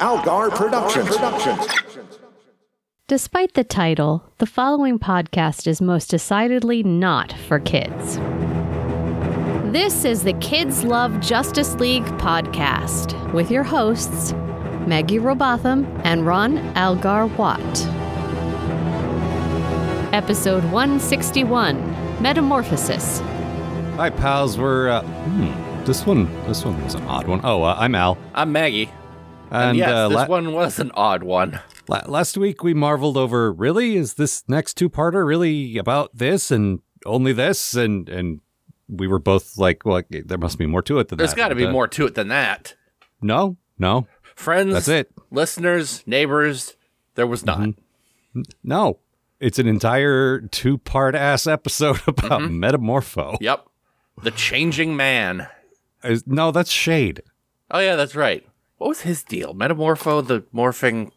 Algar Productions. Despite the title, the following podcast is most decidedly not for kids. This is the Kids Love Justice League podcast with your hosts, Maggie Robotham and Ron Algar Watt. Episode 161 Metamorphosis. Hi, pals. We're uh, hmm, this one. This one was an odd one. Oh, uh, I'm Al. I'm Maggie. And yes, uh, this la- one was an odd one. la- last week we marveled over. Really, is this next two-parter really about this and only this? And and we were both like, well, eh, there must be more to it than There's that. got to be Uh, more to it than that. No, no, Friends, That's it. Mm-hmm. listeners, neighbors, there was not. no. It's an entire two-part ass episode about Mm-hmm. metamorpho. Yep. The Changing Man. Is- No, that's shade. Oh, yeah, that's right. What was his deal? Metamorpho, the morphing.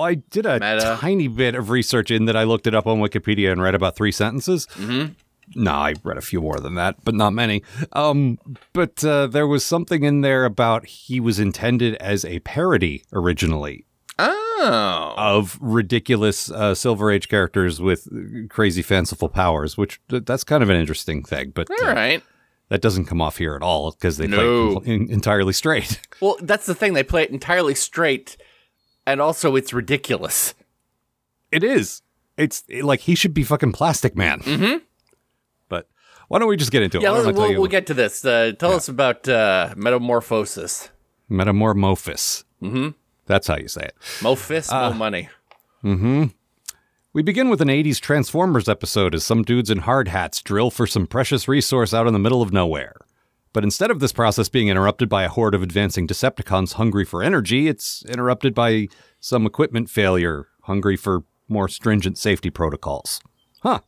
I did a Meta. tiny bit of research in that I looked it up on Wikipedia and read about three sentences. Mm-hmm. No, I read a few more than that, but not many. Um, but uh, there was something in there about he was intended as a parody originally Oh. of ridiculous uh, Silver Age characters with uh, crazy fanciful powers, which th- that's kind of an interesting thing. But uh, All right. that doesn't come off here at all because they No. play it en- entirely straight. Well, that's the thing. They play it entirely straight, and also it's ridiculous. It is. It's it- like he should be fucking Plastic Man. Mm-hmm. But why don't we just get into it? Yeah, Why don't I we'll, tell we'll, you- we'll get to this. Uh, tell us about uh, metamorphosis. Metamorphosis. Mm-hmm. That's how you say it. Mo fist, Ah. mo money. We begin with an 80s Transformers episode as some dudes in hard hats drill for some precious resource out in the middle of nowhere. But instead of this process being interrupted by a horde of advancing Decepticons hungry for energy, it's interrupted by some equipment failure, hungry for more stringent safety protocols. Huh.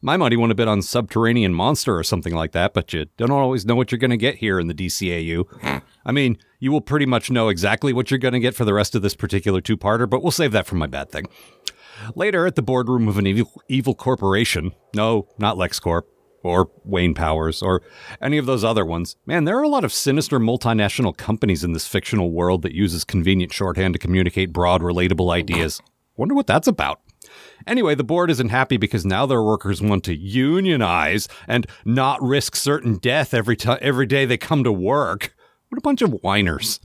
My money went a bit on subterranean monster or something like that, but you don't always know what you're going to get here in the DCAU. I mean, you will pretty much know exactly what you're going to get for the rest of this particular two parter, but we'll save that for my bad thing. Later, at the boardroom of an evil, evil corporation, no, not LexCorp, or Wayne Powers, or any of those other ones, man, there are a lot of sinister multinational companies in this fictional world that uses convenient shorthand to communicate broad, relatable ideas. Wonder what that's about. Anyway, the board isn't happy because now their workers want to unionize and not risk certain death every time every day they come to work. What a bunch of whiners.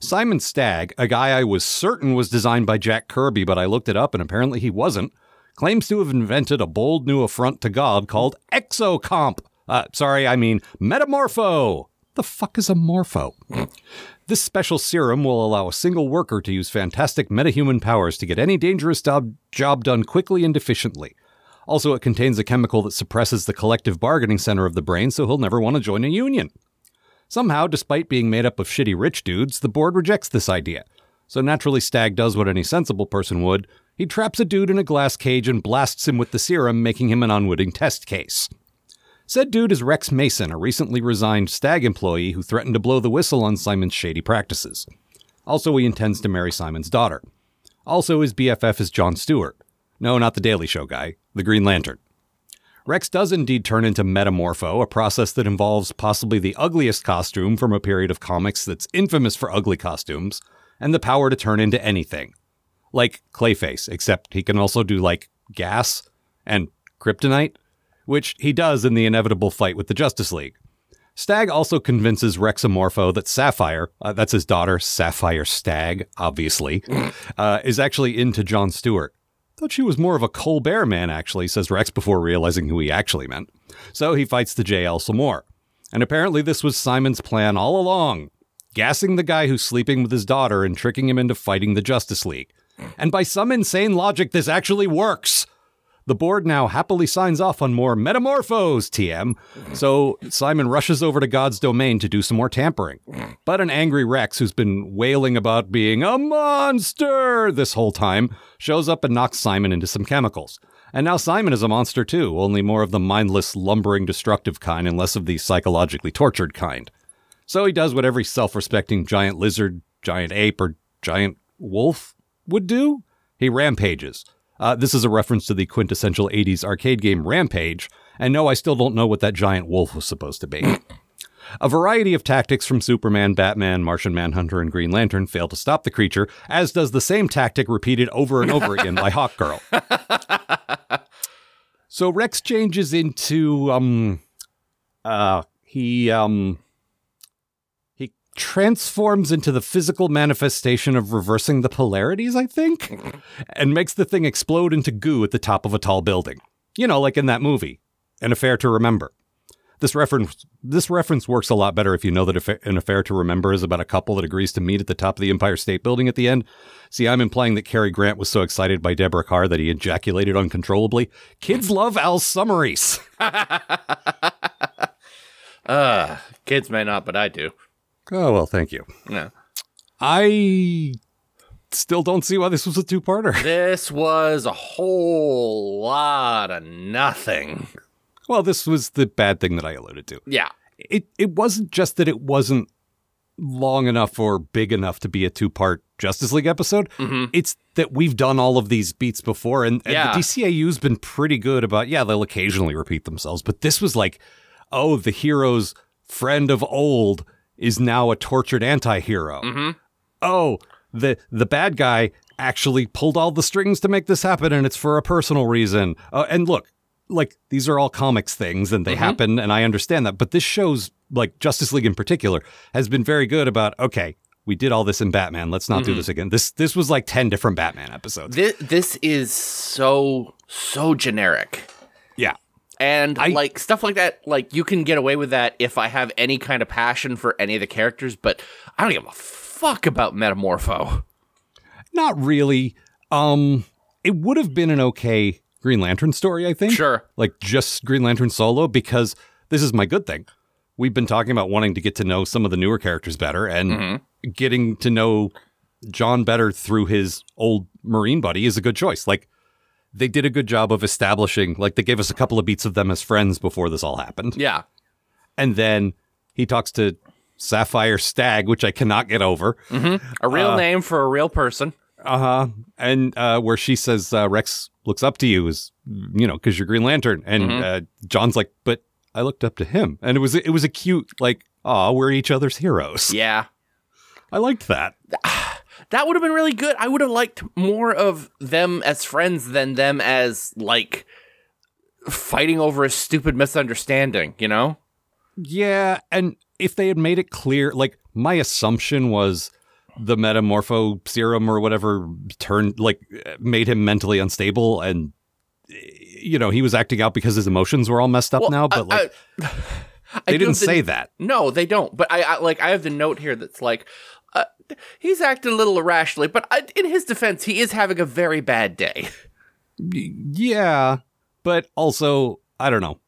Simon Stagg, a guy I was certain was designed by Jack Kirby, but I looked it up and apparently he wasn't, claims to have invented a bold new affront to God called exocomp. Uh, sorry, I mean metamorpho. The fuck is a morpho? This special serum will allow a single worker to use fantastic metahuman powers to get any dangerous job, job done quickly and efficiently. Also, it contains a chemical that suppresses the collective bargaining center of the brain, so he'll never want to join a union. Somehow, despite being made up of shitty rich dudes, the board rejects this idea. So naturally, Stag does what any sensible person would. He traps a dude in a glass cage and blasts him with the serum, making him an unwitting test case. Said dude is Rex Mason, a recently resigned Stag employee who threatened to blow the whistle on Simon's shady practices. Also, he intends to marry Simon's daughter. Also, his BFF is John Stewart. No, not the Daily Show guy, the Green Lantern. Rex does indeed turn into Metamorpho, a process that involves possibly the ugliest costume from a period of comics that's infamous for ugly costumes, and the power to turn into anything. Like Clayface, except he can also do like gas and kryptonite, which he does in the inevitable fight with the Justice League. Stag also convinces Rexamorpho that Sapphire, uh, that's his daughter, Sapphire Stag, obviously, uh, is actually into John Stewart. Thought she was more of a Colbert man, actually, says Rex before realizing who he actually meant. So he fights the JL some more. And apparently, this was Simon's plan all along gassing the guy who's sleeping with his daughter and tricking him into fighting the Justice League. And by some insane logic, this actually works. The board now happily signs off on more metamorphos, TM. So Simon rushes over to God's domain to do some more tampering. But an angry Rex, who's been wailing about being a monster this whole time, shows up and knocks Simon into some chemicals. And now Simon is a monster too, only more of the mindless, lumbering, destructive kind and less of the psychologically tortured kind. So he does what every self respecting giant lizard, giant ape, or giant wolf would do he rampages. Uh, this is a reference to the quintessential 80s arcade game Rampage, and no, I still don't know what that giant wolf was supposed to be. A variety of tactics from Superman, Batman, Martian Manhunter, and Green Lantern fail to stop the creature, as does the same tactic repeated over and over again by Hawkgirl. so Rex changes into um uh he um he transforms into the physical manifestation of reversing the polarities, I think, and makes the thing explode into goo at the top of a tall building. You know, like in that movie, An Affair to Remember. This reference this reference works a lot better if you know that affa- an affair to remember is about a couple that agrees to meet at the top of the Empire State Building at the end. See, I'm implying that Cary Grant was so excited by Deborah Carr that he ejaculated uncontrollably. Kids love Al Summaries. Uh, kids may not, but I do. Oh well, thank you. No. I still don't see why this was a two-parter. This was a whole lot of nothing. Well, this was the bad thing that I alluded to. Yeah. It it wasn't just that it wasn't long enough or big enough to be a two-part Justice League episode. It's that we've done all of these beats before, and, and Yeah. the DCAU's been pretty good about yeah, they'll occasionally repeat themselves, but this was like, oh, the hero's friend of old is now a tortured anti-hero. Oh, the the bad guy actually pulled all the strings to make this happen, and it's for a personal reason. Uh, and look, like these are all comics things, and they happen, and I understand that. But this shows, like Justice League in particular, has been very good about okay. We did all this in Batman. Let's not do this again. This this was like ten different Batman episodes. This this is so so generic. yeah, And I- like stuff like that, like you can get away with that if I have any kind of passion for any of the characters, but I don't give a fuck about Metamorpho. not really. Um, it would have been an okay Green Lantern story, I think. Sure. like just Green Lantern solo because this is my good thing. We've been talking about wanting to get to know some of the newer characters better and getting to know John better through his old Marine buddy is a good choice. Like they did a good job of establishing, like they gave us a couple of beats of them as friends before this all happened. Yeah. And then he talks to Sapphire Stag, which I cannot get over. A real name for a real person. Uh huh. And uh, where she says uh, Rex looks up to you is you know because you're Green Lantern, and Mm-hmm. uh, John's like, but I looked up to him, and it was it was a cute like, ah, we're each other's heroes. Yeah. I liked that. That would have been really good. I would have liked more of them as friends than them as like fighting over a stupid misunderstanding, you know? Yeah, and if they had made it clear, like my assumption was the metamorpho serum or whatever turned like made him mentally unstable and you know he was acting out because his emotions were all messed up Well, now but I- like I- I they do didn't have the- say that No, they don't. But I, I like I have the note here that's like uh, he's acting a little irrationally, but I, in his defense, he is having a very bad day. Yeah, but also I don't know.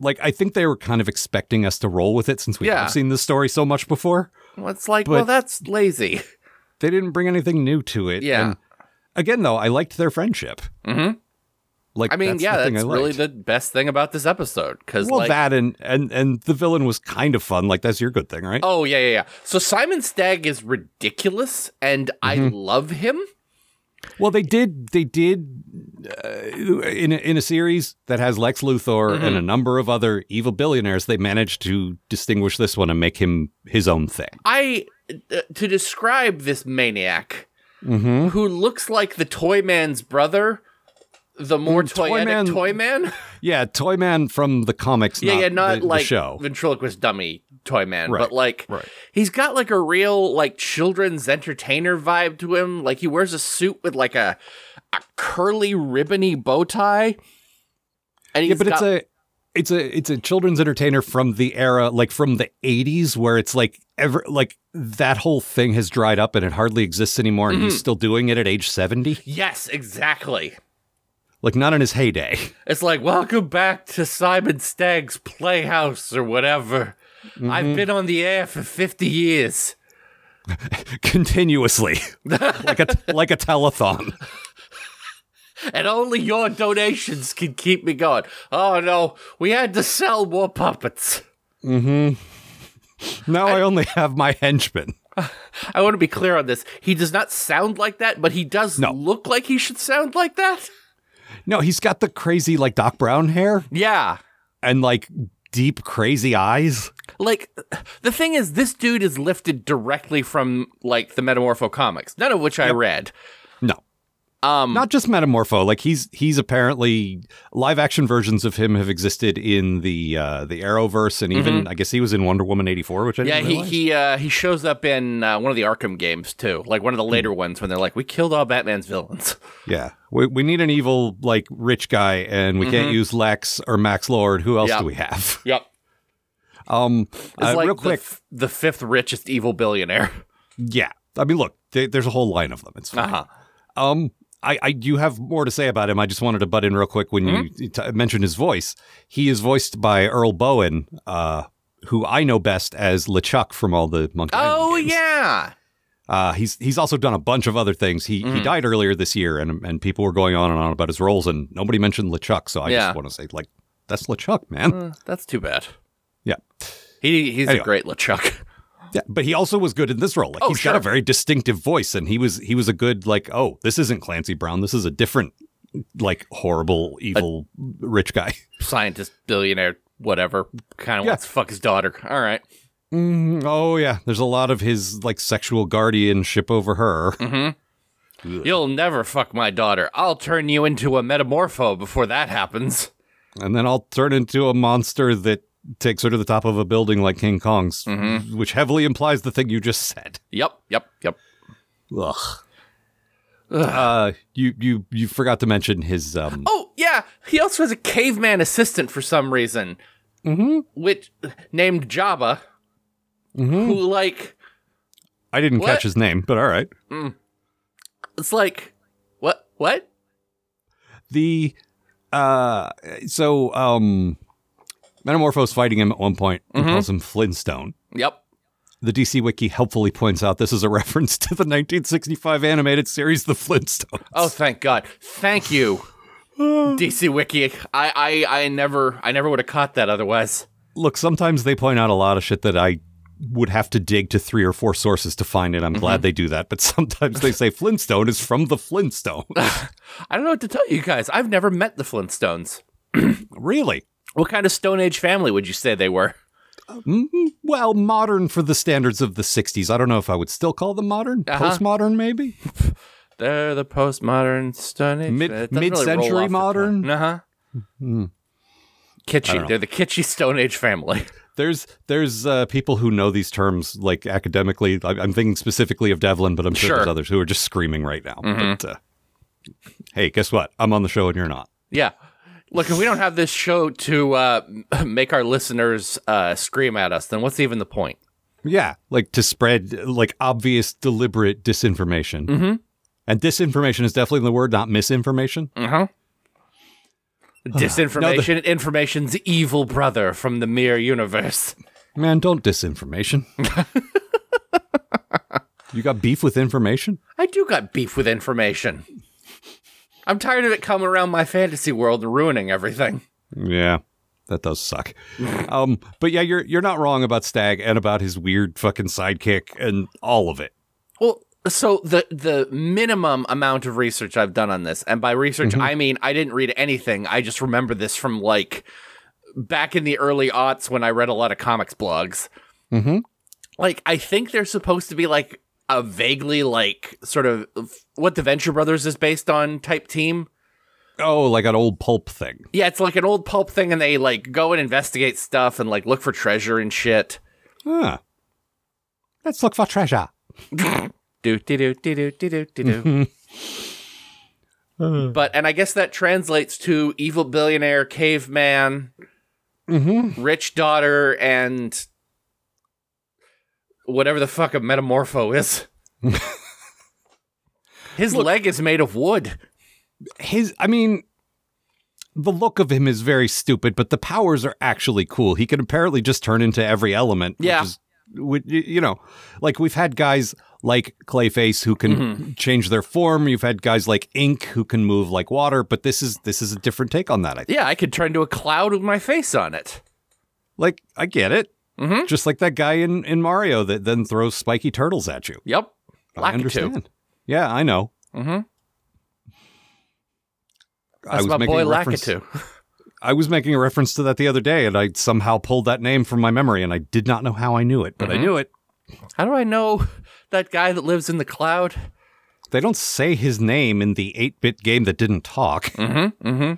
Like I think they were kind of expecting us to roll with it since we Yeah. have seen this story so much before. Well, it's like, But- well, that's lazy. They didn't bring anything new to it. Yeah. And again, though, I liked their friendship. Mhm. Like I mean, that's yeah, the thing that's I really liked. the best thing about this episode because well like, that and and and the villain was kind of fun. Like that's your good thing, right? oh yeah, yeah, yeah. So Simon Stagg is ridiculous, and I Mm-hmm. love him. Well, they did. They did uh, in a, in a series that has Lex Luthor Mm-hmm. and a number of other evil billionaires. They managed to distinguish this one and make him his own thing. I uh, to describe this maniac Mm-hmm. who looks like the Toy Man's brother. The more Mm, Toy toyetic Man- Toy Man. Yeah, Toyman from the comics. yeah, yeah, not the- the like show. ventriloquist dummy toy man, Right, but like right. he's got like a real like children's entertainer vibe to him. Like he wears a suit with like a a curly ribbony bow tie, and he's yeah, but got, it's a it's a it's a children's entertainer from the era like from the 80s where it's like ever like that whole thing has dried up and it hardly exists anymore and Mm-hmm. he's still doing it at age 70 yes, exactly. like not in his heyday It's like welcome back to Simon Stagg's Playhouse or whatever. Mm-hmm. I've been on the air for fifty years. continuously like a like a telethon and only your donations can keep me going. Oh no, we had to sell more puppets. now I only have my henchmen I want to be clear on this. He does not sound like that, but he does No. look like he should sound like that. no he's got the crazy like Doc Brown hair Yeah. and like deep, crazy eyes. Like the thing is, this dude is lifted directly from like the Metamorpho comics, none of which I read. No, Um, not just Metamorpho. Like he's he's apparently live action versions of him have existed in the uh, the Arrowverse, and even I guess he was in Wonder Woman eighty four, which I Mm-hmm. yeah, didn't he realize. he uh, he shows up in uh, one of the Arkham games too, like one of the later ones when they're like, "We killed all Batman's villains." yeah. We, we need an evil like rich guy, and we can't use Lex or Max Lord. Who else Mm-hmm. Yeah. do we have? Yep, Um, it's uh, like real the quick, f- the fifth richest evil billionaire. yeah. I mean, look, they, there's a whole line of them. It's fine. Uh-huh. Um, I, I do have more to say about him. I just wanted to butt in real quick when Mm-hmm. you t- mentioned his voice. He is voiced by Earl Bowen, uh, who I know best as LeChuck from all the Monkey Island Oh games. yeah, Uh, he's he's also done a bunch of other things. He Mm-hmm. he died earlier this year, and and people were going on and on about his roles, and nobody mentioned LeChuck. So I Yeah. just want to say, like, that's LeChuck, man. Uh, that's too bad. Yeah. He he's Anyway. a great LeChuck. Yeah, but he also was good in this role. Like, Oh, he's got a sure. very distinctive voice, and he was he was a good like. Oh, this isn't Clancy Brown. This is a different, like horrible, evil, rich guy. Scientist, billionaire, whatever. Kind of Yeah. wants to fuck his daughter. All right. Mm, oh yeah, there's a lot of his like sexual guardianship over her. You'll never fuck my daughter. I'll turn you into a metamorpho before that happens. and then I'll turn into a monster that takes her to the top of a building like King Kong's, which heavily implies the thing you just said. Yep, yep, yep. Ugh. Uh, you you you forgot to mention his um. Oh, yeah. He also has a caveman assistant for some reason. Mm-hmm. Which named Jabba. Who like I didn't what? catch his name, but all right. it's like what what? the uh so um metamorphos fighting him at one point and calls him flintstone Yep. the dc wiki helpfully points out this is a reference to the 1965 animated series the flintstones Oh thank God. Thank you. DC Wiki. I, I I never I never would have caught that otherwise. look sometimes they point out a lot of shit that i would have to dig to three or four sources to find it i'm glad they do that but sometimes they say flintstone is from the flintstones I don't know what to tell you guys. I've never met the Flintstones. really What kind of Stone Age family would you say they were? well modern for the standards of the 60s i don't know if i would still call them modern postmodern maybe They're the postmodern Stone Age. Mid- It doesn't really mid-century roll off the modern? Hmm. tongue. Uh-huh. Kitschy. They're the kitschy Stone Age family. There's there's uh, people who know these terms like academically. I- I'm thinking specifically of Devlin, but I'm sure, Sure. there's others who are just screaming right now. But uh, hey, guess what? I'm on the show and you're not. Yeah. Look, if we don't have this show to uh, make our listeners uh, scream at us, then what's even the point? Yeah, like to spread like obvious, deliberate disinformation. Mm-hmm. And disinformation is definitely the word, not misinformation. Uh-huh. Disinformation, information's evil brother from the mere universe. Man, don't disinformation. you got beef with information? I do got beef with information. I'm tired of it coming around my fantasy world and ruining everything. Yeah, that does suck. um, but yeah, you're you're not wrong about Stag and about his weird fucking sidekick and all of it. Well, so the the minimum amount of research I've done on this, and by research I mean I didn't read anything. I just remember this from like back in the early aughts when I read a lot of comics blogs. Mm-hmm. Like I think they're supposed to be like a vaguely like sort of what the Venture Brothers is based on type team. Oh, like an old pulp thing. Yeah, it's like an old pulp thing, and they like go and investigate stuff and like look for treasure and shit. Huh. Let's look for treasure. do do do do do do do Uh. do. But and I guess that translates to evil billionaire caveman, Mm-hmm. rich daughter, and whatever the fuck a metamorpho is. His leg is made of wood. His, I mean, the look of him is very stupid, but the powers are actually cool. He can apparently just turn into every element. Yeah. Which is, which, y- you know, like we've had guys like Clayface who can change their form. You've had guys like Ink who can move like water, but this is this is a different take on that. I think. Yeah, I could turn to a cloud with my face on it. Like I get it. Mm-hmm. Just like that guy in in Mario that then throws spiky turtles at you. Yep, I understand. Yeah, I know. Mm-hmm. I That's was my making boy a reference- Lakitu. I was making a reference to that the other day, and I somehow pulled that name from my memory, and I did not know how I knew it, but Mm-hmm. I knew it. How do I know that guy that lives in the cloud? They don't say his name in the 8 bit game that didn't talk. Mm-hmm.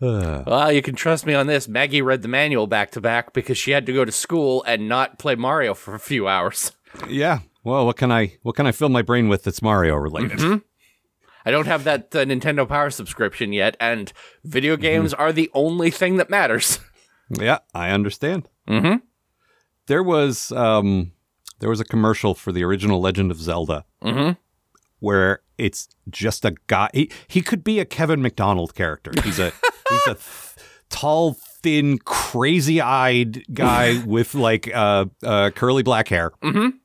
Well, you can trust me on this. Maggie read the manual back to back because she had to go to school and not play Mario for a few hours. Yeah. Well, what can I what can I fill my brain with that's Mario related? Mm-hmm. I don't have that uh, Nintendo Power subscription yet, and video Mm-hmm. games are the only thing that matters. Yeah, I understand. Mm-hmm. There was um, there was a commercial for the original Legend of Zelda, mm-hmm. where it's just a guy. He, he could be a Kevin McDonald character. He's a he's a th- tall, thin, crazy-eyed guy with like uh, uh, curly black hair. Mm-hmm.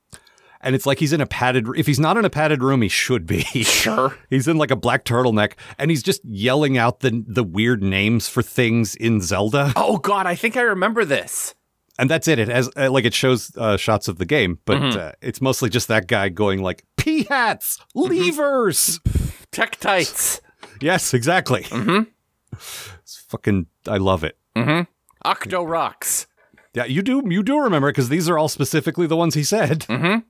And it's like he's in a padded. If he's not in a padded room, he should be. Sure. He's in like a black turtleneck, and he's just yelling out the the weird names for things in Zelda. Oh God, I think I remember this. and that's it. It has uh, like it shows uh, shots of the game, but Mm-hmm. uh, it's mostly just that guy going like pea hats, Mm-hmm. levers. Tech Tights, yes, exactly. Mm-hmm. It's fucking. I love it. Octo Rocks. Yeah, you do. You do remember because these are all specifically the ones he said. Mm-hmm.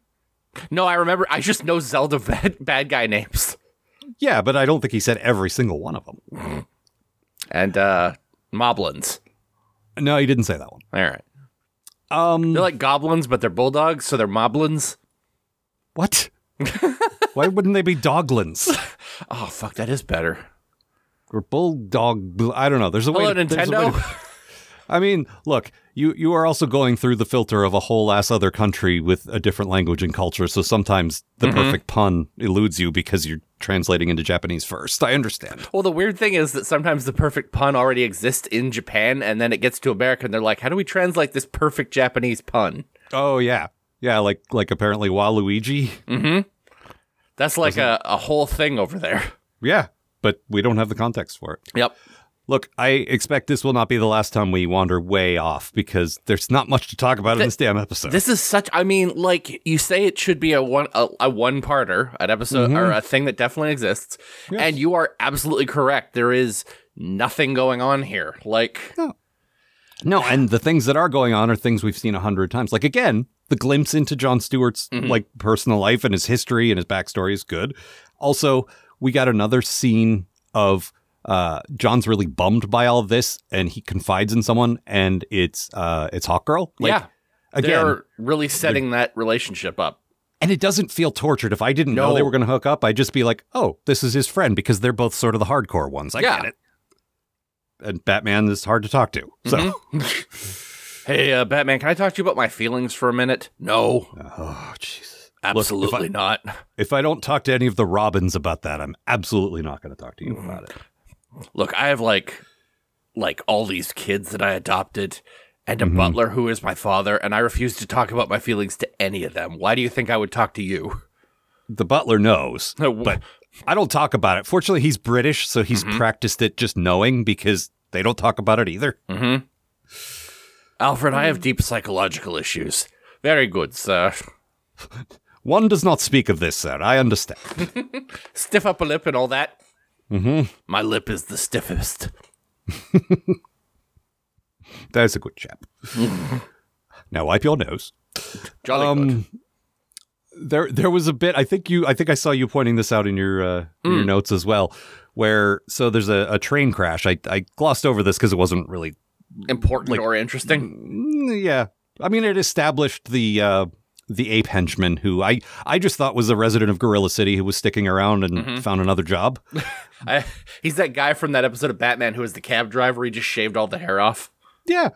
No, I remember. I just know Zelda bad, bad guy names. Yeah, but I don't think he said every single one of them. and uh moblins. No, he didn't say that one. All right. Um, They're like goblins, but they're bulldogs, so they're moblins. what? Why wouldn't they be doglins Oh fuck, that is better. or bulldog? I don't know. There's a way. Hello, to- there's a way to- Nintendo. I mean, look, you you are also going through the filter of a whole ass other country with a different language and culture, so sometimes the perfect pun eludes you because you're translating into Japanese first. I understand. well, the weird thing is that sometimes the perfect pun already exists in Japan, and then it gets to America, and they're like, "How do we translate this perfect Japanese pun?" Oh yeah. Yeah, like like apparently Waluigi. That's like a, a whole thing over there. Yeah, but we don't have the context for it. Yep. Look, I expect this will not be the last time we wander way off because there's not much to talk about in this damn episode. This is such. I mean, like you say, it should be a one a, a one parter, an episode or a thing that definitely exists. And you are absolutely correct. There is nothing going on here. Like, No, and the things that are going on are things we've seen a hundred times. Like again, the glimpse into John Stewart's Mm-hmm. like personal life and his history and his backstory is good. Also, we got another scene of uh, John's really bummed by all of this, and he confides in someone, and it's uh, it's Hawk Girl. Like, yeah, again, they're really setting that relationship up. and it doesn't feel tortured. If I didn't know they No. were going to hook up, I'd just be like, "Oh, this is his friend," because they're both sort of the hardcore ones. I Yeah. get it. And Batman is hard to talk to. So. Mm-hmm. Hey, uh, Batman, can I talk to you about my feelings for a minute? No, Oh, Jesus. absolutely not. If I don't talk to any of the Robins about that, I'm absolutely not going to talk to you about it. Look, I have like, like all these kids that I adopted, and a Mm-hmm. butler who is my father, and I refuse to talk about my feelings to any of them. Why do you think I would talk to you? The butler knows, No, wh- but I don't talk about it. Fortunately, he's British, so he's practiced it just knowing because they don't talk about it either. Alfred, I have deep psychological issues. Very good, sir. One does not speak of this, sir. I understand. Stiff upper lip and all that. Mm-hmm. My lip is the stiffest. There's a good chap. now wipe your nose. Jolly Um, good. there there was a bit I think you I think I saw you pointing this out in your uh, in your notes as well where so there's a, a train crash I, I glossed over this because it wasn't really Important or interesting. Mm, yeah i mean it established the uh the ape henchman who i i just thought was a resident of gorilla city who was sticking around and Mm-hmm. found another job I, he's that guy from that episode of Batman who was the cab driver. He just shaved all the hair off. yeah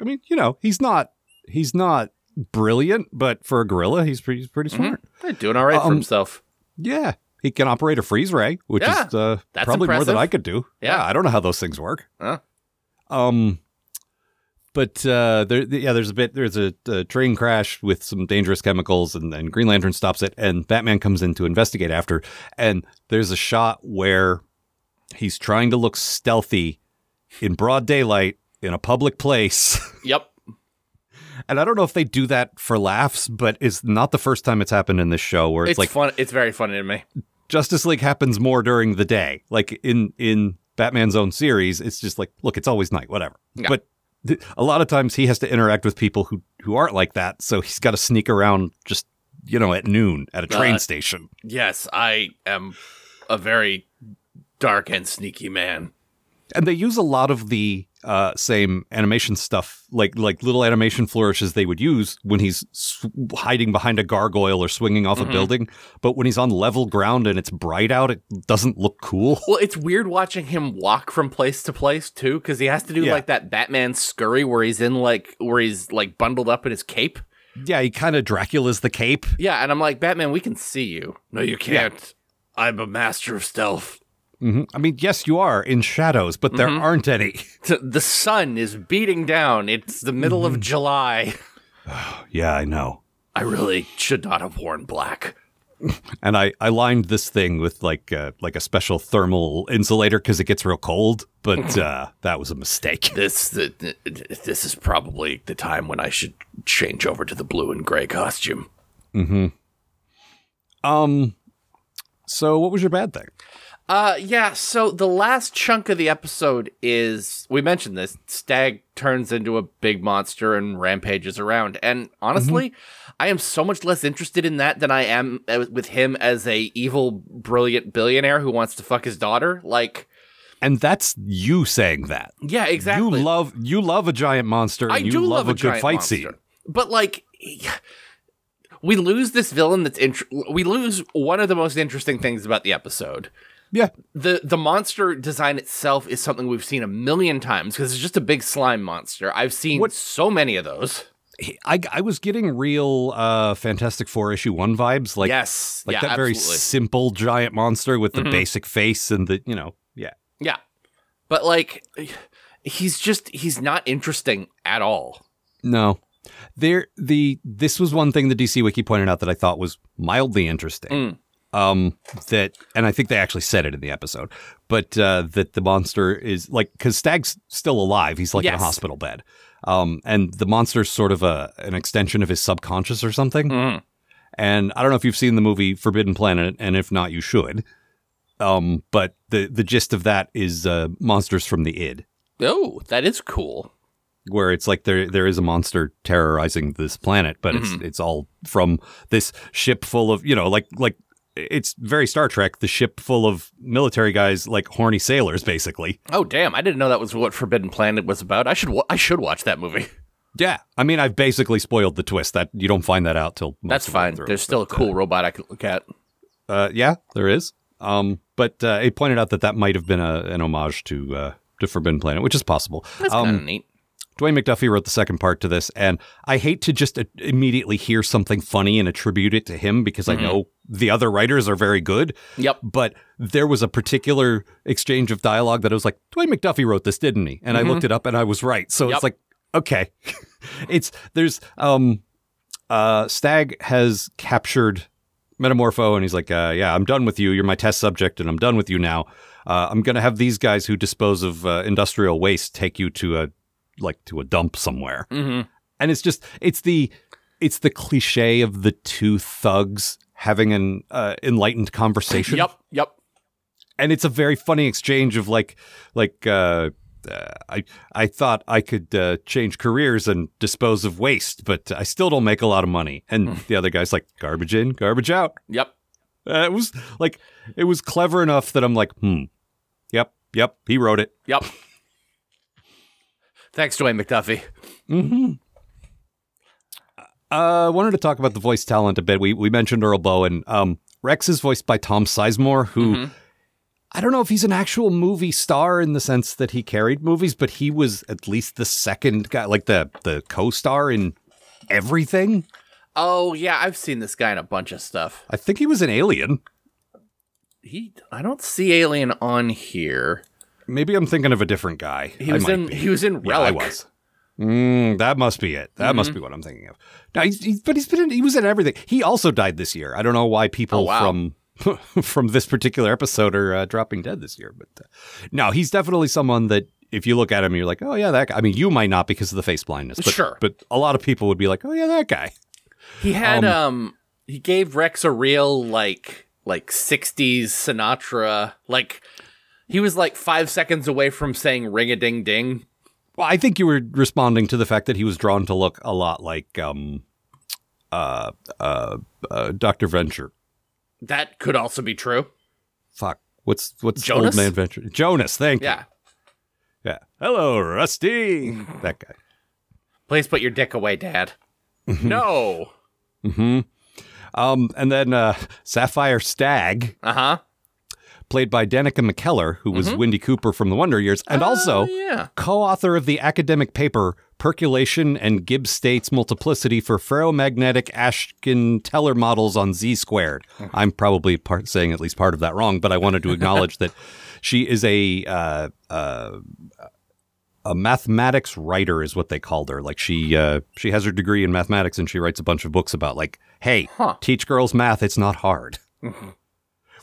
i mean you know he's not he's not brilliant but for a gorilla he's pretty, he's pretty smart Eh, Doing all right Um, for himself. yeah he can operate a freeze ray which Yeah, is uh, that's probably more than impressive. i could do Yeah. i don't know how those things work Huh? Um, but uh, there, yeah, there's a bit. There's a, a train crash with some dangerous chemicals, and then Green Lantern stops it, and Batman comes in to investigate after. And there's a shot where he's trying to look stealthy in broad daylight in a public place. Yep. And I don't know if they do that for laughs, but it's not the first time it's happened in this show where It's, it's like fun. It's very funny to me. Justice League happens more during the day, like in in Batman's own series, it's just like, look, it's always night, whatever. Yeah. But th- a lot of times he has to interact with people who who aren't like that, so he's got to sneak around just you know at noon at a train Uh, station. Yes, I am a very dark and sneaky man. and they use a lot of the uh, same animation stuff, like like little animation flourishes they would use when he's sw- hiding behind a gargoyle or swinging off a building. But when he's on level ground and it's bright out, it doesn't look cool. Well, it's weird watching him walk from place to place too, because he has to do Yeah. like that Batman scurry where he's in like where he's like bundled up in his cape. yeah, he kind of Dracula's the cape. Yeah, and I'm like, Batman, we can see you. No, you can't. I'm a master of stealth. hmm I mean, yes, you are in shadows, but there Mm-hmm. aren't any. T- The sun is beating down. It's the middle of July. yeah, I know. I really should not have worn black. And I, I lined this thing with like uh, like a special thermal insulator because it gets real cold, but uh, that was a mistake. This th- th- this is probably the time when I should change over to the blue and gray costume. Um, so what was your bad thing? Uh, yeah. So the last chunk of the episode is we mentioned this. Stag turns into a big monster and rampages around. And honestly, Mm-hmm. I am so much less interested in that than I am uh, with him as a evil, brilliant billionaire who wants to fuck his daughter. Like, And that's you saying that. yeah, exactly. You love you love a giant monster and I you do love, a, giant good fight monster. scene. But like we lose this villain that's int- we lose one of the most interesting things about the episode. Yeah. The the monster design itself is something we've seen a million times because it's just a big slime monster. I've seen What- so many of those. He- I I was getting real uh Fantastic 4 issue 1 vibes like yes. like yeah, that very absolutely. Mm-hmm. simple giant monster with the basic face and the you know, yeah. yeah. But like he's just he's not interesting at all. No. There the this was one thing the DC wiki pointed out that I thought was mildly interesting. Um that and I think they actually said it in the episode, but uh that the monster is like cuz Stag's still alive, he's like in a Yes. hospital bed. Um and the monster's sort of a an extension of his subconscious or something. Mhm. And I don't know if you've seen the movie Forbidden Planet and if not you should. Um but the the gist of that is uh monsters from the id Oh, that is cool. where it's like there there is a monster terrorizing this planet, but Mm-hmm. it's it's all from this ship full of you know like like it's very Star Trek, the ship full of military guys like horny sailors basically. Oh damn, I didn't know that was what Forbidden Planet was about. I should wa- I should watch that movie. Yeah, I mean I've basically spoiled the twist that you don't find that out till most That's of the way fine. through, There's still a but, cool robot I could look at. Uh, uh, yeah, there is. Um, but uh, it pointed out that that might have been a, an homage to uh, to Forbidden Planet, which is possible. That's um, kind of neat. Dwayne McDuffie wrote the second part to this, and I hate to just uh, immediately hear something funny and attribute it to him because I know the other writers are very good. Yep. But there was a particular exchange of dialogue that I was like, Dwayne McDuffie wrote this, didn't he? And I looked it up and I was right. So Mm-hmm. Yep. it's like, okay. it's there's um uh Stag has captured Metamorpho and he's like, uh, yeah, I'm done with you. You're my test subject and I'm done with you now. Uh, I'm going to have these guys who dispose of uh, industrial waste take you to a like to a dump somewhere. Mm-hmm. And it's just it's the it's the cliche of the two thugs having an uh, enlightened conversation. Yep. Yep. And it's a very funny exchange of like like uh, uh, I I thought I could uh, change careers and dispose of waste, but I still don't make a lot of money. And the other guy's like garbage in, garbage out. Yep. Uh, it was like it was clever enough that I'm like, hmm, yep, yep, he wrote it. Yep. Thanks, Dwayne McDuffie. Uh, wanted to talk about the voice talent a bit. We we mentioned Earl Bowen. Um, Rex is voiced by Tom Sizemore, who I don't know if he's an actual movie star in the sense that he carried movies, but he was at least the second guy, like the the co-star in everything. Oh yeah, I've seen this guy in a bunch of stuff. I think he was an alien. He, I don't see Alien on here. Maybe I'm thinking of a different guy. He I was might in. be. He was in Yeah, I Relic. Mm-hmm. was. Mm, that must be it. That must be what I'm thinking of. Now, he's, he's, but he's been in, he was in everything. He also died this year. I don't know why people Oh, wow. from from this particular episode are uh, dropping dead this year, but uh, no, he's definitely someone that if you look at him, you're like, oh yeah, that. guy. I mean, you might not because of the face blindness, but, Sure. But a lot of people would be like, oh yeah, that guy. He had Um, um, He gave Rex a real like like '60s Sinatra like. He was like five seconds away from saying ring a ding ding. Well, I think you were responding to the fact that he was drawn to look a lot like um, uh, uh, uh, Doctor Venture. That could also be true. Fuck, what's what's Jonas? old man Venture? Jonas, thank Yeah. you. Yeah. Hello, Rusty. that guy. Please put your dick away, Dad. no. Um, and then uh, Sapphire Stag, Uh huh. played by Danica McKellar, who was Wendy Cooper from The Wonder Years, and also Mm-hmm. Oh, Ah, yeah. co-author of the academic paper "Percolation and Gibbs States Multiplicity for Ferromagnetic Ashken-Teller Models on Z Squared." Mm. I'm probably part, saying at least part of that wrong, but I wanted to acknowledge that she is a uh, uh, a mathematics writer, is what they called her. Like she uh, she has her degree in mathematics, and she writes a bunch of books about like, hey, Huh. Mm-hmm. teach girls math; it's not hard.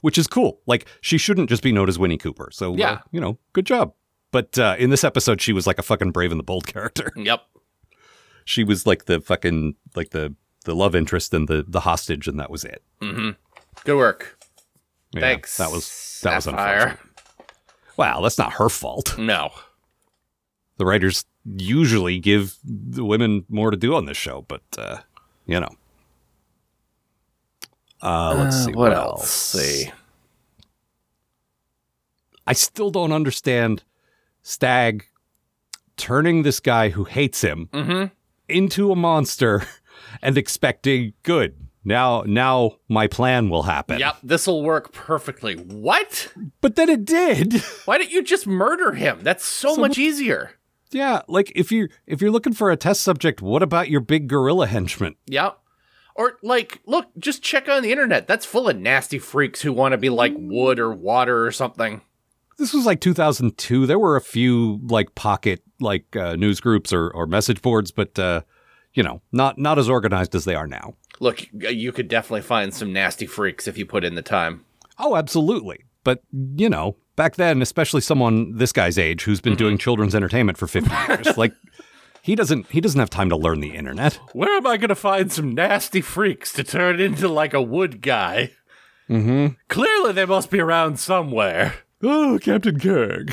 Which is cool. Like she shouldn't just be known as Winnie Cooper. So uh, Yeah. you know, good job. But uh, in this episode, she was like a fucking Brave and the Bold character. Yep. She was like the fucking like the the love interest and the the hostage, and that was it. Good work. Yeah, Thanks. That was that was Sapphire. unfortunate. Wow, that's not her fault. No. The writers usually give the women more to do on this show, but uh, you know. Uh, let's see what, else. See. I still don't understand Stag turning this guy who hates him into a monster and expecting good. Now, now my plan will happen. Yep. This will work perfectly. What? But then it did. Why didn't you just murder him? That's so, much easier. yeah, like if you if you're looking for a test subject, what about your big gorilla henchman? Yep. Or like, look, just check on the internet. That's full of nasty freaks who want to be like wood or water or something. This was like 2002. There were a few like pocket like uh, news groups or or message boards, but uh, you know, not not as organized as they are now. Look, you could definitely find some nasty freaks if you put in the time. Oh, absolutely. But, you know, back then, especially someone this guy's age who's been doing children's entertainment for 50 years, like he doesn't he doesn't have time to learn the internet. Where am I going to find some nasty freaks to turn into like a wood guy? Mhm. Clearly, they must be around somewhere. Oh, Captain Kirk.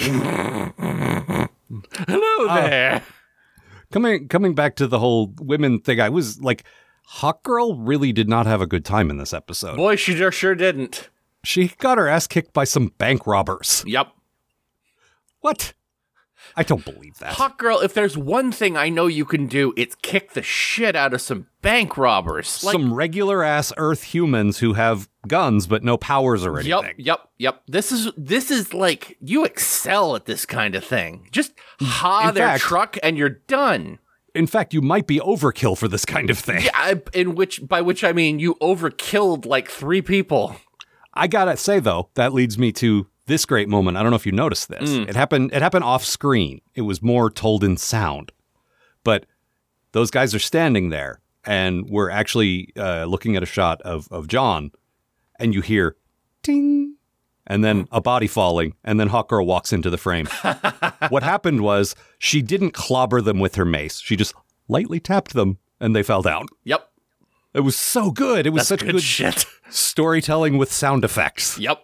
Hello there. coming coming back to the whole women thing, I was like Hawk Girl really did not have a good time in this episode. Boy, she sure, sure didn't. She got her ass kicked by some bank robbers. Yep. What? I don't believe that. Hawk girl, if there's one thing I know you can do, it's kick the shit out of some bank robbers. Like, some regular ass Earth humans who have guns but no powers or anything. yep, yep, yep. This is this is like you excel at this kind of thing. Just ha In their fact- truck and you're done. In fact, you might be overkill for this kind of thing. Yeah, I, in which by which I mean you overkilled like three people. I gotta say though, that leads me to this great moment. I don't know if you noticed this. Mm. It happened. It happened off screen. It was more told in sound, but those guys are standing there, and we're actually uh, looking at a shot of of John, and you hear ting, and then a body falling, and then Hawk Girl walks into the frame. what happened was she didn't clobber them with her mace. She just lightly tapped them, and they fell down. Yep. It was so good. It was That's such good good shit. storytelling with sound effects Yep.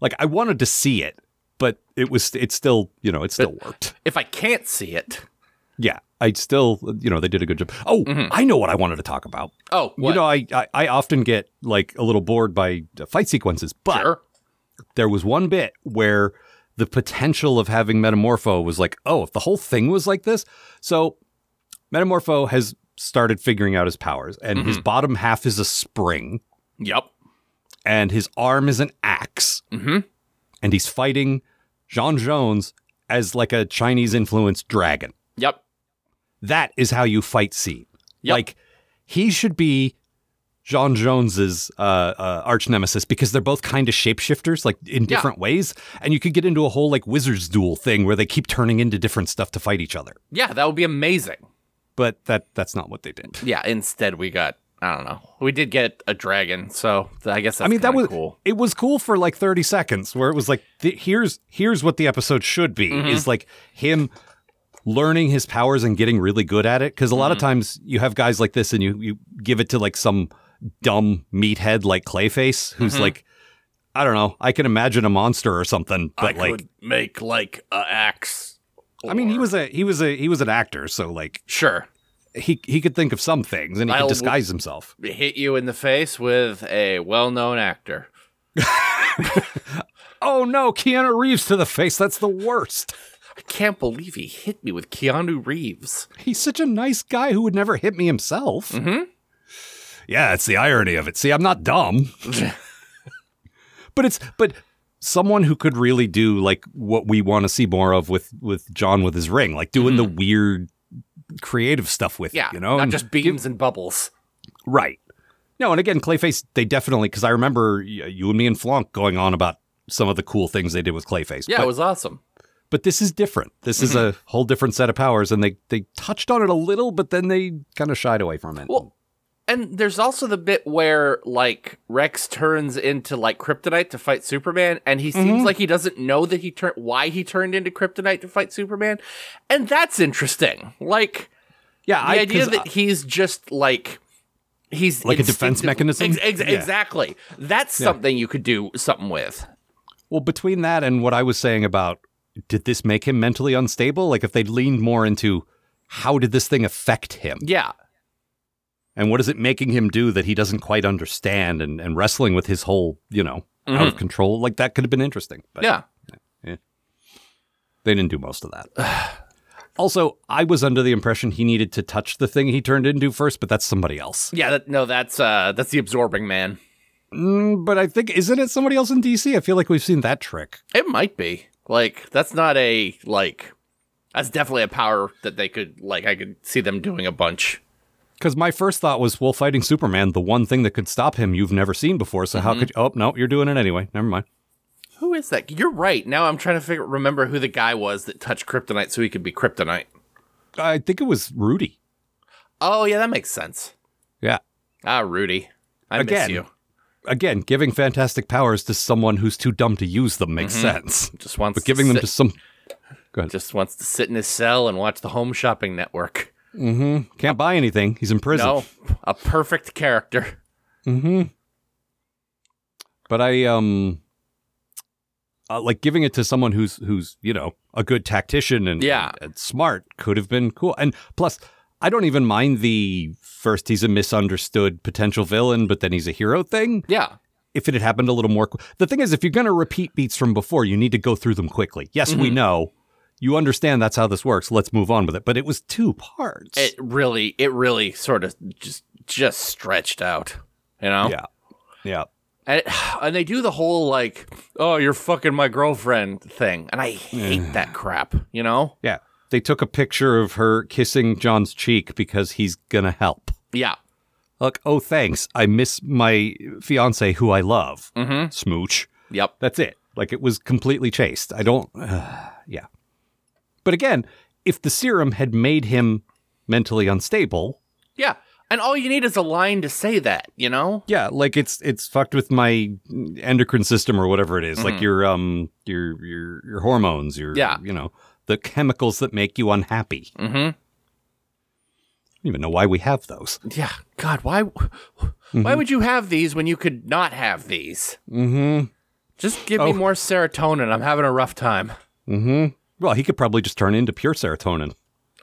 like I wanted to see it, but it was it still you know it still worked. If I can't see it. Yeah, I still you know they did a good job. Oh, I know what I wanted to talk about. Oh, Mm-hmm. what? You know, I, I I often get like a little bored by uh, fight sequences, but Sure. there was one bit where the potential of having Metamorpho was like, oh, if the whole thing was like this. So Metamorpho has started figuring out his powers, and his Mm-hmm. bottom half is a spring, Yep. and his arm is an ax Mhm. And he's fighting John Jones as like a Chinese influenced dragon. Yep. That is how you fight scene. Yep. Like he should be John Jones's uh, uh, arch nemesis because they're both kind of shapeshifters, like in Yeah. different ways. And you could get into a whole like wizards duel thing where they keep turning into different stuff to fight each other. Yeah, that would be amazing. But that that's not what they did. Yeah, instead we got I don't know. We did get a dragon, so th- I guess that's I mean, that kinda was cool. It was cool for like thirty seconds, where it was like, th- here's here's what the episode should be: is like him learning his powers and getting really good at it. Because a lot of times you have guys like this, and Mm-hmm. you you give it to like some dumb meathead like Clayface, who's like. I don't know. I can imagine a monster or something, but I like, could make like a axe. I mean, he or- was a he was a he was an actor, so like sure he he could think of some things and he I'll- could disguise himself. hit you in the face with a well-known actor. Oh no, Keanu Reeves to the face. That's the worst. I can't believe he hit me with Keanu Reeves. He's such a nice guy who would never hit me himself. Mm-hmm. Yeah, it's the irony of it. See, I'm not dumb. but it's but someone who could really do like what we want to see more of with with John with his ring, like doing the weird creative stuff with Mm-hmm. Yeah, it, you know, not And just give- beams and bubbles. Right. No, and again, Clayface, they definitely, because I remember y- you and me and Flonk going on about some of the cool things they did with Clayface. Yeah, But, it was awesome. but this is different. This is Mm-hmm. a whole different set of powers, and they, they touched on it a little, but then they kind of shied away from it. Well, and there's also the bit where like Rex turns into like kryptonite to fight Superman, and he seems Mm-hmm. like he doesn't know that he turned why he turned into kryptonite to fight Superman, and that's interesting. Like yeah, the I, idea 'cause that he's just like he's Like a defense instinctive- mechanism? Ex- ex- Yeah. Exactly. That's something you could do something with. Well, between that and what I was saying about did this make him mentally unstable? Like if they'd leaned more into how did this thing affect him? Yeah. And what is it making him do that he doesn't quite understand and, and wrestling with his whole, you know, out of control? Like that could have been interesting. But Mm-hmm. Yeah. They didn't do most of that. also, I was under the impression he needed to touch the thing he turned into first, but that's somebody else. Yeah, that, no, that's uh that's the absorbing man. Mm, but I think isn't it somebody else in DC? I feel like we've seen that trick. It might be. Like that's not a like that's definitely a power that they could like I could see them doing a bunch. Because my first thought was, well, fighting Superman, the one thing that could stop him you've never seen before. So how could you? Oh no, you're doing it anyway. Never mind. Who is that? You're right. Now I'm trying to figure remember who the guy was that touched kryptonite so he could be kryptonite. I think it was Rudy. Oh yeah, that makes sense. Yeah. Ah, Rudy. I miss Again. you. Again, giving fantastic powers to someone who's too dumb to use them makes sense. Just wants But giving to them sit, to some just wants to sit in his cell and watch the home shopping network. can't buy anything. He's in prison. No, a perfect character. but I um uh, like giving it to someone who's who's you know a good tactician and Yeah. and, and smart could have been cool. And plus, I don't even mind the first he's a misunderstood potential villain, but then he's a hero thing. Yeah. If it had happened a little more, qu- the thing is, if you're going to repeat beats from before, you need to go through them quickly. Yes, we Mm-hmm. know. You understand that's how this works. Let's move on with it. But it was two parts. It really it really sort of just just stretched out. You know? yeah, yeah. And, it, and they do the whole like, oh, you're fucking my girlfriend thing. And I hate that crap, you know? Yeah. They took a picture of her kissing John's cheek because he's going to help. Yeah. Like, oh, thanks. I miss my fiance who I love. Mm-hmm. Smooch. Yep. That's it. Like, it was completely chased. I don't, yeah. But again, if the serum had made him mentally unstable, Yeah. And all you need is a line to say that, you know? yeah, like it's it's fucked with my endocrine system or whatever it is. like your um your your your hormones, your Yeah. you know, the chemicals that make you unhappy. Mm-hmm. I don't even know why we have those. Yeah. God, why why would you have these when you could not have these? Mm-hmm. Oh. Just give me more serotonin. I'm having a rough time. Well, he could probably just turn into pure serotonin.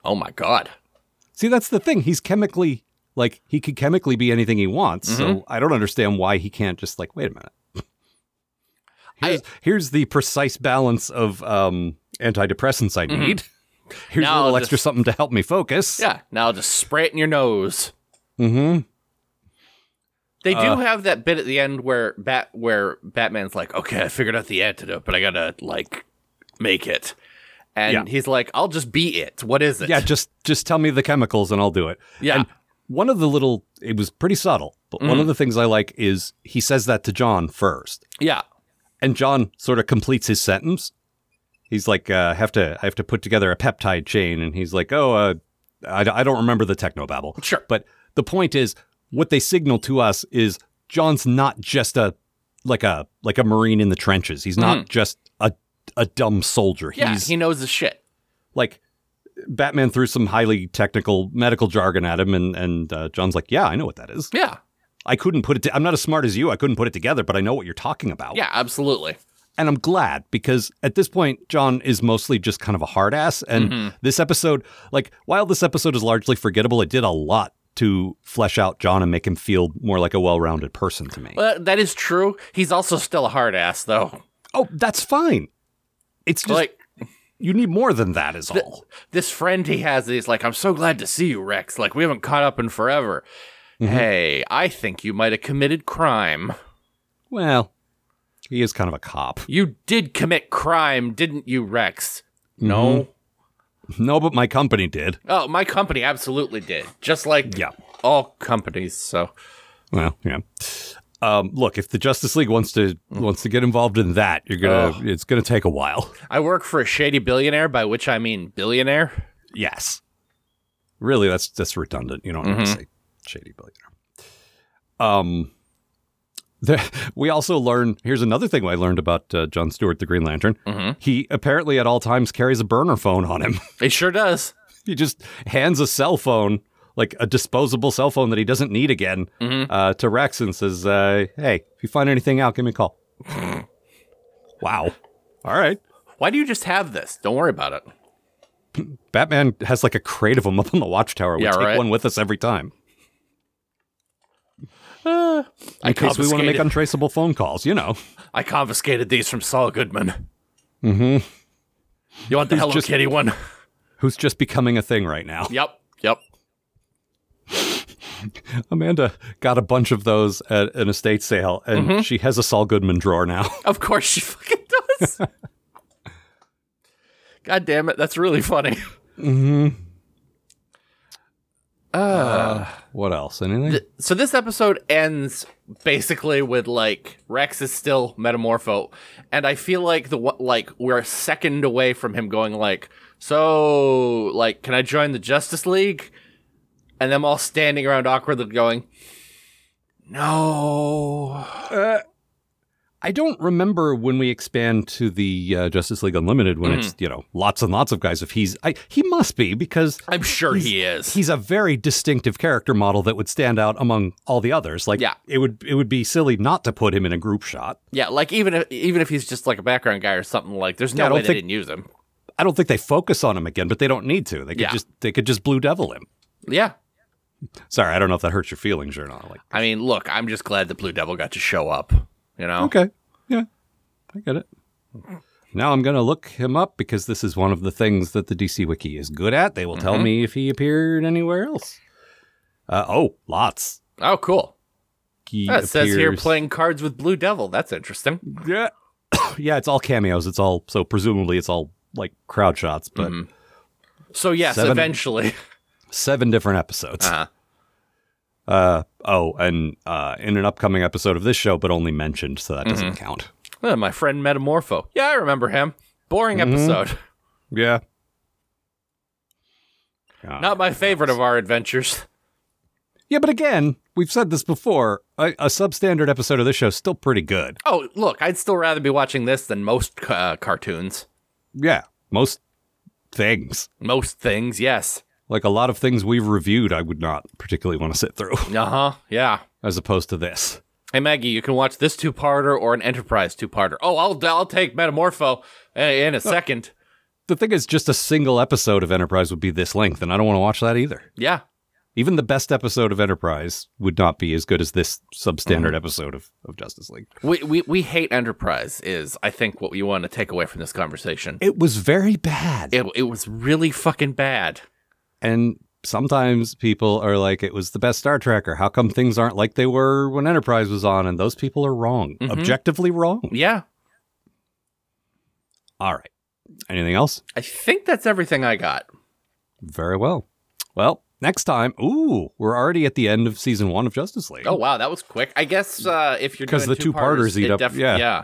Oh my god. See, that's the thing. He's chemically like he could chemically be anything he wants. So Mm-hmm. I don't understand why he can't just like wait a minute. Here's, here's the precise balance of um, antidepressants I need. Here's Now a little I'll extra Mm-hmm. just- something to help me focus. Yeah. Now just spray it in your nose. Mm-hmm. They do Uh, have that bit at the end where Bat where Batman's like, "Okay, I figured out the antidote, but I gotta like make it," and Yeah. he's like, "I'll just be it. What is it?" Yeah, just just tell me the chemicals and I'll do it. Yeah. And one of the little it was pretty subtle, but one Mm. of the things I like is he says that to John first. yeah, and John sort of completes his sentence. He's like, uh, have to, I have to put together a peptide chain, and he's like, oh, uh, I, I don't remember the technobabble. Sure. but the point is, what they signal to us is John's not just a like a like a marine in the trenches. He's not just a a dumb soldier. Hmm. yeah. He's he knows the shit. like Batman threw some highly technical medical jargon at him, and and uh, John's like, yeah, I know what that is. Yeah, I couldn't put it. To, I'm not as smart as you. I couldn't put it together, but I know what you're talking about. Yeah, absolutely. and I'm glad because at this point, John is mostly just kind of a hard ass. And Mm-hmm. this episode, like, while this episode is largely forgettable, it did a lot to flesh out John and make him feel more like a well rounded person to me. Well, that is true. He's also still a hard ass, though. oh, that's fine. It's just, like you need more than that, is all. this friend he has, he's like, "I'm so glad to see you, Rex. Like we haven't caught up in forever." Mm-hmm. Hey, I think you might have committed crime. Well, he is kind of a cop. You did commit crime, didn't you, Rex? Mm-hmm. No. No, but my company did. Oh, my company absolutely did. Just like Yeah. all companies. So Well, yeah. Um, look, if the Justice League wants to Mm. wants to get involved in that, you're gonna it's gonna take a while. I work for a shady billionaire, by which I mean billionaire. Yes. Really, that's that's redundant. You don't want Mm-hmm. to say shady billionaire. Um, there, we also learn. Here's another thing I learned about uh, John Stewart, the Green Lantern. Mm-hmm. He apparently at all times carries a burner phone on him. It sure does. he just hands a cell phone, like a disposable cell phone that he doesn't need again, Mm-hmm. uh, to Rex and says, uh, "Hey, if you find anything out, give me a call." wow. All right. Why do you just have this? Don't worry about it. Batman has like a crate of them up on the watchtower. We Yeah, take right. one with us every time. in I case we want to make confiscated- untraceable phone calls, you know. I confiscated these from Saul Goodman. Mm-hmm. You want the Hello just- Kitty one? Who's just becoming a thing right now? Yep. Yep. Amanda got a bunch of those at an estate sale, and she has a Saul Goodman drawer now. Of course she fucking does. God damn it, that's really funny. what else? Anything? So this episode ends basically with like Rex is still metamorpho, and I feel like the wa- like we're a second away from him going like, so like, can I join the Justice League? And them all standing around awkwardly going, no. Uh, I don't remember when we expand to the uh, Justice League Unlimited when it's you know lots and lots of guys. If he's, I, he must be because I'm sure he is. he's a very distinctive character model that would stand out among all the others. Like, Yeah. it would it would be silly not to put him in a group shot. yeah, like even if even if he's just like a background guy or something, like there's Yeah, I no don't way they think- didn't use him. I don't think they focus on him again, but they don't need to. They could Yeah. just they could just blue devil him. Yeah, Sorry, I don't know if that hurts your feelings or not. Like, I mean, look, I'm just glad the Blue Devil got to show up. You know? okay, yeah, I get it. Now I'm gonna look him up because this is one of the things that the DC Wiki is good at. They will tell me if he appeared anywhere else. Uh, oh, lots. Oh, cool. He It says here appears- playing cards with Blue Devil. That's interesting. Yeah, yeah. It's all cameos. It's all so presumably it's all like crowd shots, but Mm-hmm. So yes, Seven- eventually. seven different episodes. Uh-huh. Uh, oh, and uh, in an upcoming episode of this show, but only mentioned, so that doesn't count. Uh, my friend Metamorpho. Yeah, I remember him. Boring episode. Yeah. Ah. Not my favorite of our adventures. yeah, but again, we've said this before. A, a substandard episode of this show is still pretty good. Oh, look, I'd still rather be watching this than most uh, cartoons. Yeah, most things, Most things, yes. like a lot of things we've reviewed, I would not particularly want to sit through, Uh huh. Yeah. as opposed to this. Hey Maggie, you can watch this two-parter or an Enterprise two-parter. Oh, I'll I'll take Metamorpho uh, in a second. The thing is, just a single episode of Enterprise would be this length, and I don't want to watch that either. Yeah. Even the best episode of Enterprise would not be as good as this substandard episode of, of Justice League. We, we we hate Enterprise is I think what you want to take away from this conversation. It was very bad. It it was really fucking bad. and sometimes people are like, it was the best Star Trek, or how come things aren't like they were when Enterprise was on? And those people are wrong, objectively wrong. Mm-hmm. Yeah. All right. Anything else? I think that's everything I got. Very well. Well, next time, ooh, we're already at the end of season one of Justice League. Oh wow, that was quick. I guess uh, if you're 'Cause doing the two-parters eat it up- yeah. yeah.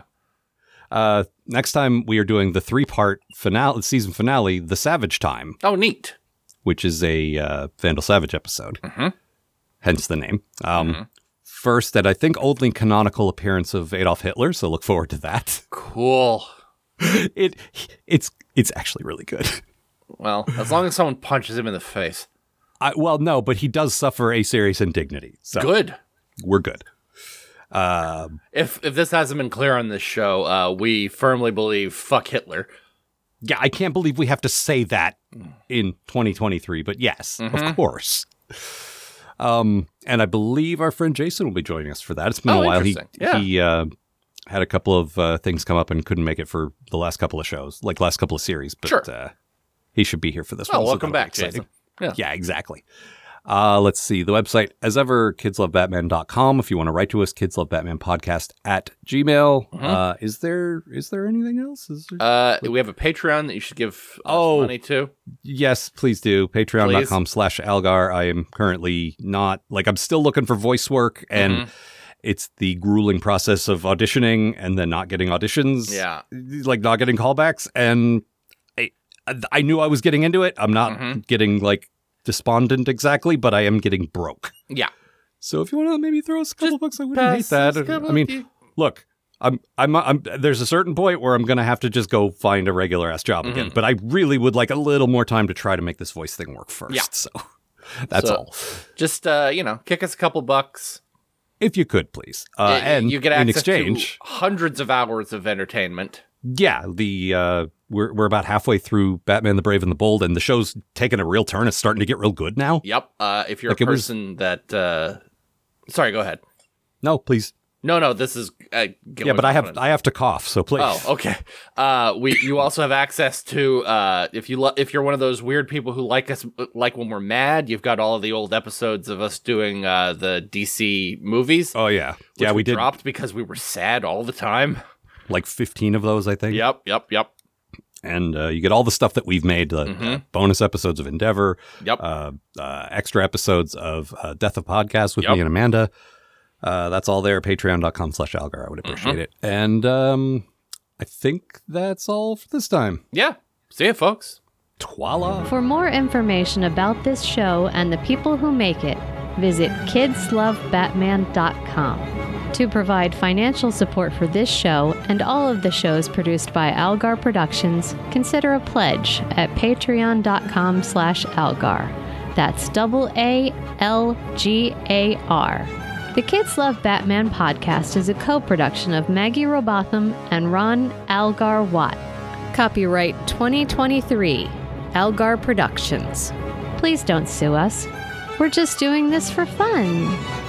Uh, next time we are doing the three part finale, season finale, The Savage Time. Oh neat. which is a uh, Vandal Savage episode, Mm-hmm. hence the name. Um, First, that I think only canonical appearance of Adolf Hitler, so look forward to that. Cool. It it's it's actually really good. Well, as long as someone punches him in the face. I, well, no, but he does suffer a serious indignity. So Good. We're good. Uh, If if this hasn't been clear on this show, uh, we firmly believe fuck Hitler. yeah, I can't believe we have to say that in 2023, but yes, Mm-hmm. of course. Um, and I believe our friend Jason will be joining us for that. It's been Oh, a while. He interesting. Yeah. he uh, had a couple of uh, things come up and couldn't make it for the last couple of shows, like last couple of series. But Sure. uh, he should be here for this Oh, one. so welcome that'll be back, exciting. Jason. Yeah. Yeah, exactly. Uh, let's see. The website, as ever, kidslovebatman.com. If you want to write to us, kidslovebatmanpodcast at gmail. Uh, is there is there anything else? Is there... Mm-hmm. Uh, we have a Patreon that you should give us Oh. money to. yes, please do. Patreon.com Please. slash Algar. I am currently not, like, I'm still looking for voice work, and Mm-hmm. it's the grueling process of auditioning and then not getting auditions. Yeah. Like, not getting callbacks. And I, I knew I was getting into it. I'm not Mhm. getting, like, despondent exactly, but I am getting broke. Yeah. So if you want to maybe throw us a couple Just bucks, I wouldn't hate Pass that. this couple I mean, of- look, I'm, I'm, I'm. There's a certain point where I'm gonna have to just go find a regular ass job Mm-hmm. again. But I really would like a little more time to try to make this voice thing work first. Yeah. So that's So- all. just uh, you know, kick us a couple bucks. If you could please, uh, Y- and you get in access exchange, to hundreds of hours of entertainment. yeah, the uh, we're we're about halfway through Batman: The Brave and the Bold, and the show's taking a real turn. It's starting to get real good now. Yep. Uh, if you're Like, a it was- person that, uh, sorry, go ahead. No, please, No, no, this is uh, yeah, but I have I have to cough, so please. Oh, okay. Uh, we you also have access to uh, if you lo- if you're one of those weird people who like us like when we're mad, you've got all of the old episodes of us doing uh, the DC movies. Oh, yeah, yeah, which we did dropped because we were sad all the time. like 15 of those, I think. Yep, yep, yep, and uh, you get all the stuff that we've made the uh, bonus episodes of endeavor Mm-hmm. yep. uh, uh, extra episodes of uh, death of podcast with Yep. me and amanda uh, that's all there patreon.com slash algar i would Mm-hmm. appreciate it and um, i think that's all for this time yeah. See you, folks. twala For more information about this show and the people who make it, visit kidslovebatman.com. To provide financial support for this show and all of the shows produced by Algar Productions, consider a pledge at patreon.com slash algar. That's double A L G A R. The Kids Love Batman podcast is a co production of Maggie Robotham and Ron Algar Watt. Copyright 2023, Algar Productions. Please don't sue us. We're just doing this for fun.